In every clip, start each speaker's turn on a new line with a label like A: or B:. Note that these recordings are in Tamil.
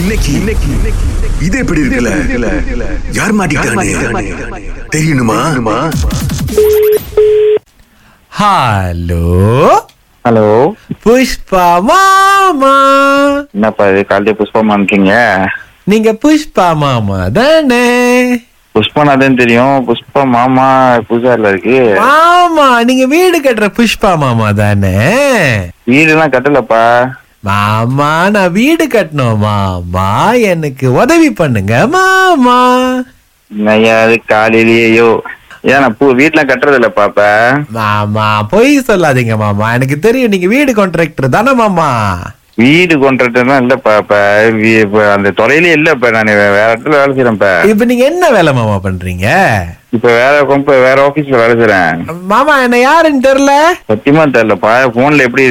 A: இன்னைக்கு இன்னைக்கு இது எப்படி இருக்குல்ல யார் மாட்டிக்கிட்டானே தெரியணுமா
B: ஹலோ
C: ஹலோ
B: புஷ்பா மாமா
C: என்னப்பா இது காலையில புஷ்பமா இருக்கீங்க
B: நீங்க புஷ்பா மாமா தானே
C: புஷ்பநாதன் தெரியும் புஷ்பா மாமா புதுசார்ல இருக்கு
B: மாமா நீங்க வீடு கட்டுற புஷ்பா மாமா தானே
C: வீடெல்லாம் கட்டலப்பா
B: மாமா நான் வீடு கட்டணும் மாமா எனக்கு உதவி பண்ணுங்க மாமா
C: நையா அது காலையிலேயோ ஏன் நான் பூ வீட்டுல கட்டுறது இல்லப்பா இப்ப
B: மாமா பொய் சொல்லாதீங்க மாமா எனக்கு தெரியும் நீங்க வீடு கான்ட்ராக்டர் தானே மாமா
C: வீடு கொண்டுட்டுலாம் இல்லப்பா இப்ப வீ- இப்ப அந்த துறையிலே இல்லப்பா நான் வேற இடத்துல வேலை செய்யறேன்ப்பா
B: இப்ப நீங்க என்ன வேலை மாமா பண்றீங்க
C: இப்ப வேற comp- வேற ஆபீஸ்ல வேலை செய்யறேன்
B: மாமா என்ன யாருன்னு தெரியல
C: சத்தியமா தெரியலப்பா போன்ல எப்படி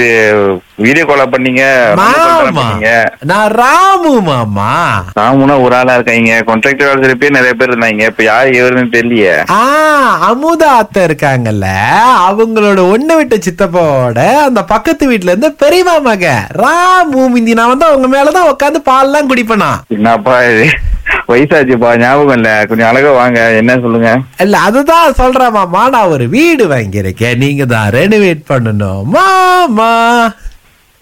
C: வீடியோ காலா பண்ணீங்க ரொம்ப call தானே
B: மாமா
C: பண்ணீங்க
B: நான் ராமு மாமா
C: ராமுனா ஒரு ஆளா இருக்காங்க கான்ட்ராக்டர் வேலை செய்யற பேர் நிறைய பேர் இருந்தாங்க இப்ப யார் இவருன்னு தெரியலையே
B: ஆ அமுதா அத்தை இருக்காங்கல்ல அவங்களோட ஒண்ணு விட்ட சித்தப்பாவோட அந்த பக்கத்து வீட்ல இருந்து பெரியமா மக ராமு மிந்தி நான் வந்து அவங்க மேலதான் உட்காந்து பால்லாம் குடிப்பேனா
C: என்னப்பா இது வயசாச்சுப்பா ஞாபகம் இல்ல கொஞ்சம் அழகா வாங்க என்ன சொல்லுங்க
B: இல்ல அதுதான் சொல்றேன் மாமா நான் ஒரு வீடு வாங்கியிருக்கேன் நீங்க தான் ரெனோவேட் பண்ணணும் மாமா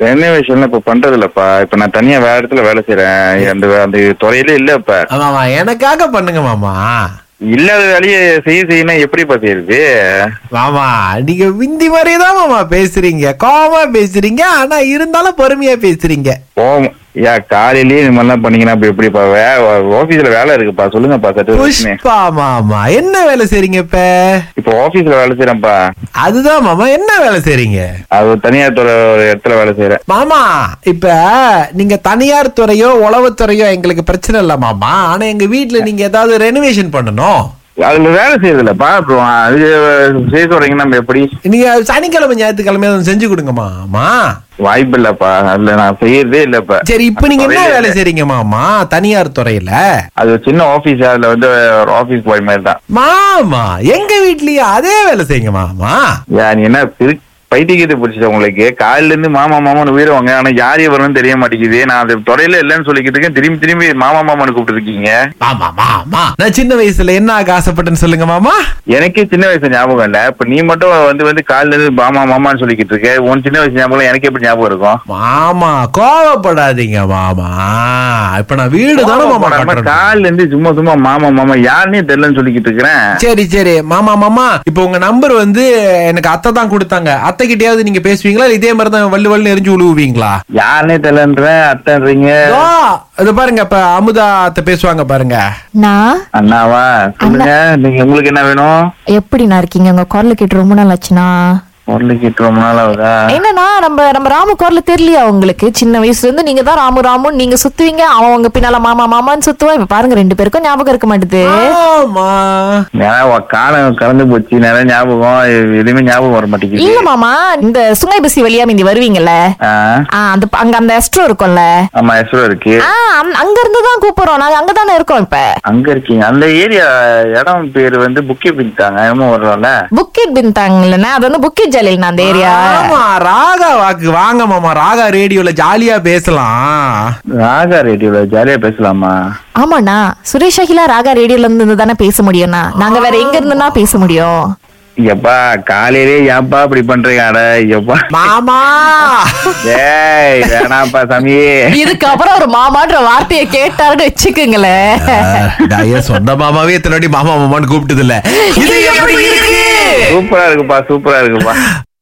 C: ரெனோவேஷன்ல இப்ப பண்றது இல்லப்பா இப்ப நான் தனியா வேற இடத்துல வேலை செய்யறேன் அந்த அந்த துறையிலே இல்ல இப்ப
B: மாமா எனக்காக பண்ணுங்க மாமா
C: இல்லாத வேலையை செய்ய செய்யணும் எப்படிப்பா செய்யறது
B: மாமா நீங்க விந்தி மாதிரியே தான் மாமா பேசுறீங்க கோவமா பேசுறீங்க ஆனா இருந்தாலும் பொறுமையா பேசுறீங்க
C: ஓம் யா காலையிலேயே இந்த மாதிரிலாம் பண்ணீங்கன்னா இப்ப எப்படிப்பா ஆபீஸ்ல வேலை இருக்குப்பா சொல்லுங்கப்பா சட்டு
B: புஷ்பா மாமா என்ன வேலை செய்றீங்க இப்ப
C: இப்ப ஆபீஸ்ல வேலை செய்யறேன்ப்பா
B: அதுதான் மாமா என்ன வேலை செய்றீங்க
C: அது ஒரு தனியார் துறை ஒரு இடத்துல வேலை செய்யறேன்
B: மாமா இப்ப நீங்க தனியார் துறையோ உளவுத்துறையோ எங்களுக்கு பிரச்சனை இல்ல மாமா ஆனா எங்க வீட்ல நீங்க ஏதாவது ரெனோவேஷன் பண்ணணும்
C: அதுல வேலை செய்யறது இல்லப்பா அப்புறம் அது செய்ய சொல்றீங்கன்னா நம்ம எப்படி
B: நீங்க சனிக்கிழமை ஞாயிற்றுக்கிழமை அதை செஞ்சு கொடுங்க மாமா
C: வாய்ப்பு இல்லப்பா அதுல நான் செய்யறதே இல்லப்பா
B: சரி இப்ப நீங்க என்ன
C: துறையிலே
B: வேலை
C: இல்ல.
B: செய்றீங்க மாமா தனியார் துறையில
C: அது ஒரு சின்ன ஆபீஸ் அதுல வந்து ஆபீஸ் பாய் மாதிரி தான்
B: மாமா எங்க வீட்லயே அதே வேலை செய்யுங்க மாமா
C: ஏன் நீ என்ன திரு பைத்தியத்தை பிடிச்சது உங்களுக்கு காலையில இருந்து மாமா மாமான்னு உயிரவங்க ஆனா யார் இவருன்னு தெரிய மாட்டேங்குது நான் அது துறையில இல்லைன்னு சொல்லிக்கிட்டு இருக்கேன் திரும்பி திரும்பி மாமா மாமான்னு கூப்பிட்டு இருக்கீங்க
B: மாமா மாமா நான் சின்ன வயசுல என்ன ஆக ஆசைப்பட்டேன்னு சொல்லுங்க மாமா
C: எனக்கே சின்ன வயசு ஞாபகம் இல்ல இப்ப நீ மட்டும் வந்து வந்து காலையில இருந்து மாமா மாமான்னு சொல்லிக்கிட்டு இருக்க உன் சின்ன வயசு ஞாபகம் இல்ல, எனக்கு எப்படி ஞாபகம் இருக்கும்
B: மாமா கோவப்படாதீங்க மாமா இப்ப நான் வீடு தானே மாமா கட்டுறேன்.
C: காலில இருந்து சும்மா சும்மா மாமா மாமா யாருன்னே தெரியலன்னு சொல்லிக்கிட்டு இருக்கிறேன்
B: சரி சரி மாமா மாமா இப்போ உங்க நம்பர் வந்து எனக்கு அத்தை தான் கொடுத்தாங்க அத்தை கிட்டயாவது நீங்க பேசுவீங்களா இல்ல இதே மாதிரி தான் வள்ளு வள்ளு எரிஞ்சு உழுவுவீங்களா
C: யாருன்னே தெரியலன்றேன் அத்தைன்றீங்க
B: இதோ, இது பாருங்க இப்ப அமுதா அத்தை பேசுவாங்க பாருங்க
D: நான்
C: அண்ணாவா சொல்லுங்க நீங்க உங்களுக்கு என்ன வேணும்
D: எப்படிண்ணா இருக்கீங்க உங்க குரல கேட்டு ரொம்ப நாள் ஆச்சுண்ணா
C: உருளை கேட்டு ரொம்ப நாள் ஆகுதா
D: என்னண்ணா நம்ம நம்ம ராமு குரல தெரியலையா உங்களுக்கு சின்ன வயசுல இருந்து நீங்க தான் ராமு ராமுன்னு நீங்க சுத்துவீங்க அவன் உங்க பின்னால மாமா மாமான்னு சுத்துவான் இப்ப பாருங்க ரெண்டு பேருக்கும் ஞாபகம் இருக்க மாட்டேது
B: ஆமா
C: நேரா உன் காலம் கலந்து போச்சு நிறைய ஞாபகம் எ- எதுவுமே ஞாபகம் வர மாட்டேங்குது
D: இல்ல மாமா இந்த சுங்கை பசி வழியா மிந்தி வருவீங்கல்ல
C: ஆ,
D: ஆ, அந்த ப- அங்க அந்த எஸ்ட்ரோ இருக்கும்ல
C: ஆமா எஸ்ரோ இருக்கு
D: ஆ அங்க- அங்க இருந்து தான் கூப்பிடுறோம் நாங்க அங்கதானே இருக்கோம் இப்ப
C: அங்க இருக்கீங்க அந்த ஏரியா இடம் பேர் வந்து புக்கி பிடித்தாங்க என்னமோ வரும்ல
D: புக்கிட் பின் தாங்க இல்லைன்னா அது வந்து புக்கிட் ஜலில் அந்த ஏரியா
B: ஆமா ராகா வாக்கு வாங்க மாமா ராகா ரேடியோல ஜாலியா பேசலாம்
C: ராகா ரேடியோல ஜாலியா பேசலாமா
D: ஆமாண்ணா சுரேஷ் அகிலா ராகா ரேடியோல இருந்து தானே பேச முடியும்ண்ணா நாங்க வேற எங்க இருந்துன்னா பேச முடியும்
C: எப்பா காலையிலே ஏன்பா இப்படி பண்றீங்க அட எப்பா
B: மாமா
C: ஏய் வேணாப்பா சாமி
D: இதுக்கப்புறம் ஒரு மாமான்ற வார்த்தையை கேட்டாருன்னு வச்சுக்கோங்களேன்
B: நான் ஏன் சொந்த மாமாவே இத்தனை வாட்டி மாமா மாமான்னு கூப்பிட்டது இல்ல இது எப்படி இருக்கு
C: சூப்பரா இருக்குப்பா சூப்பரா இருக்குப்பா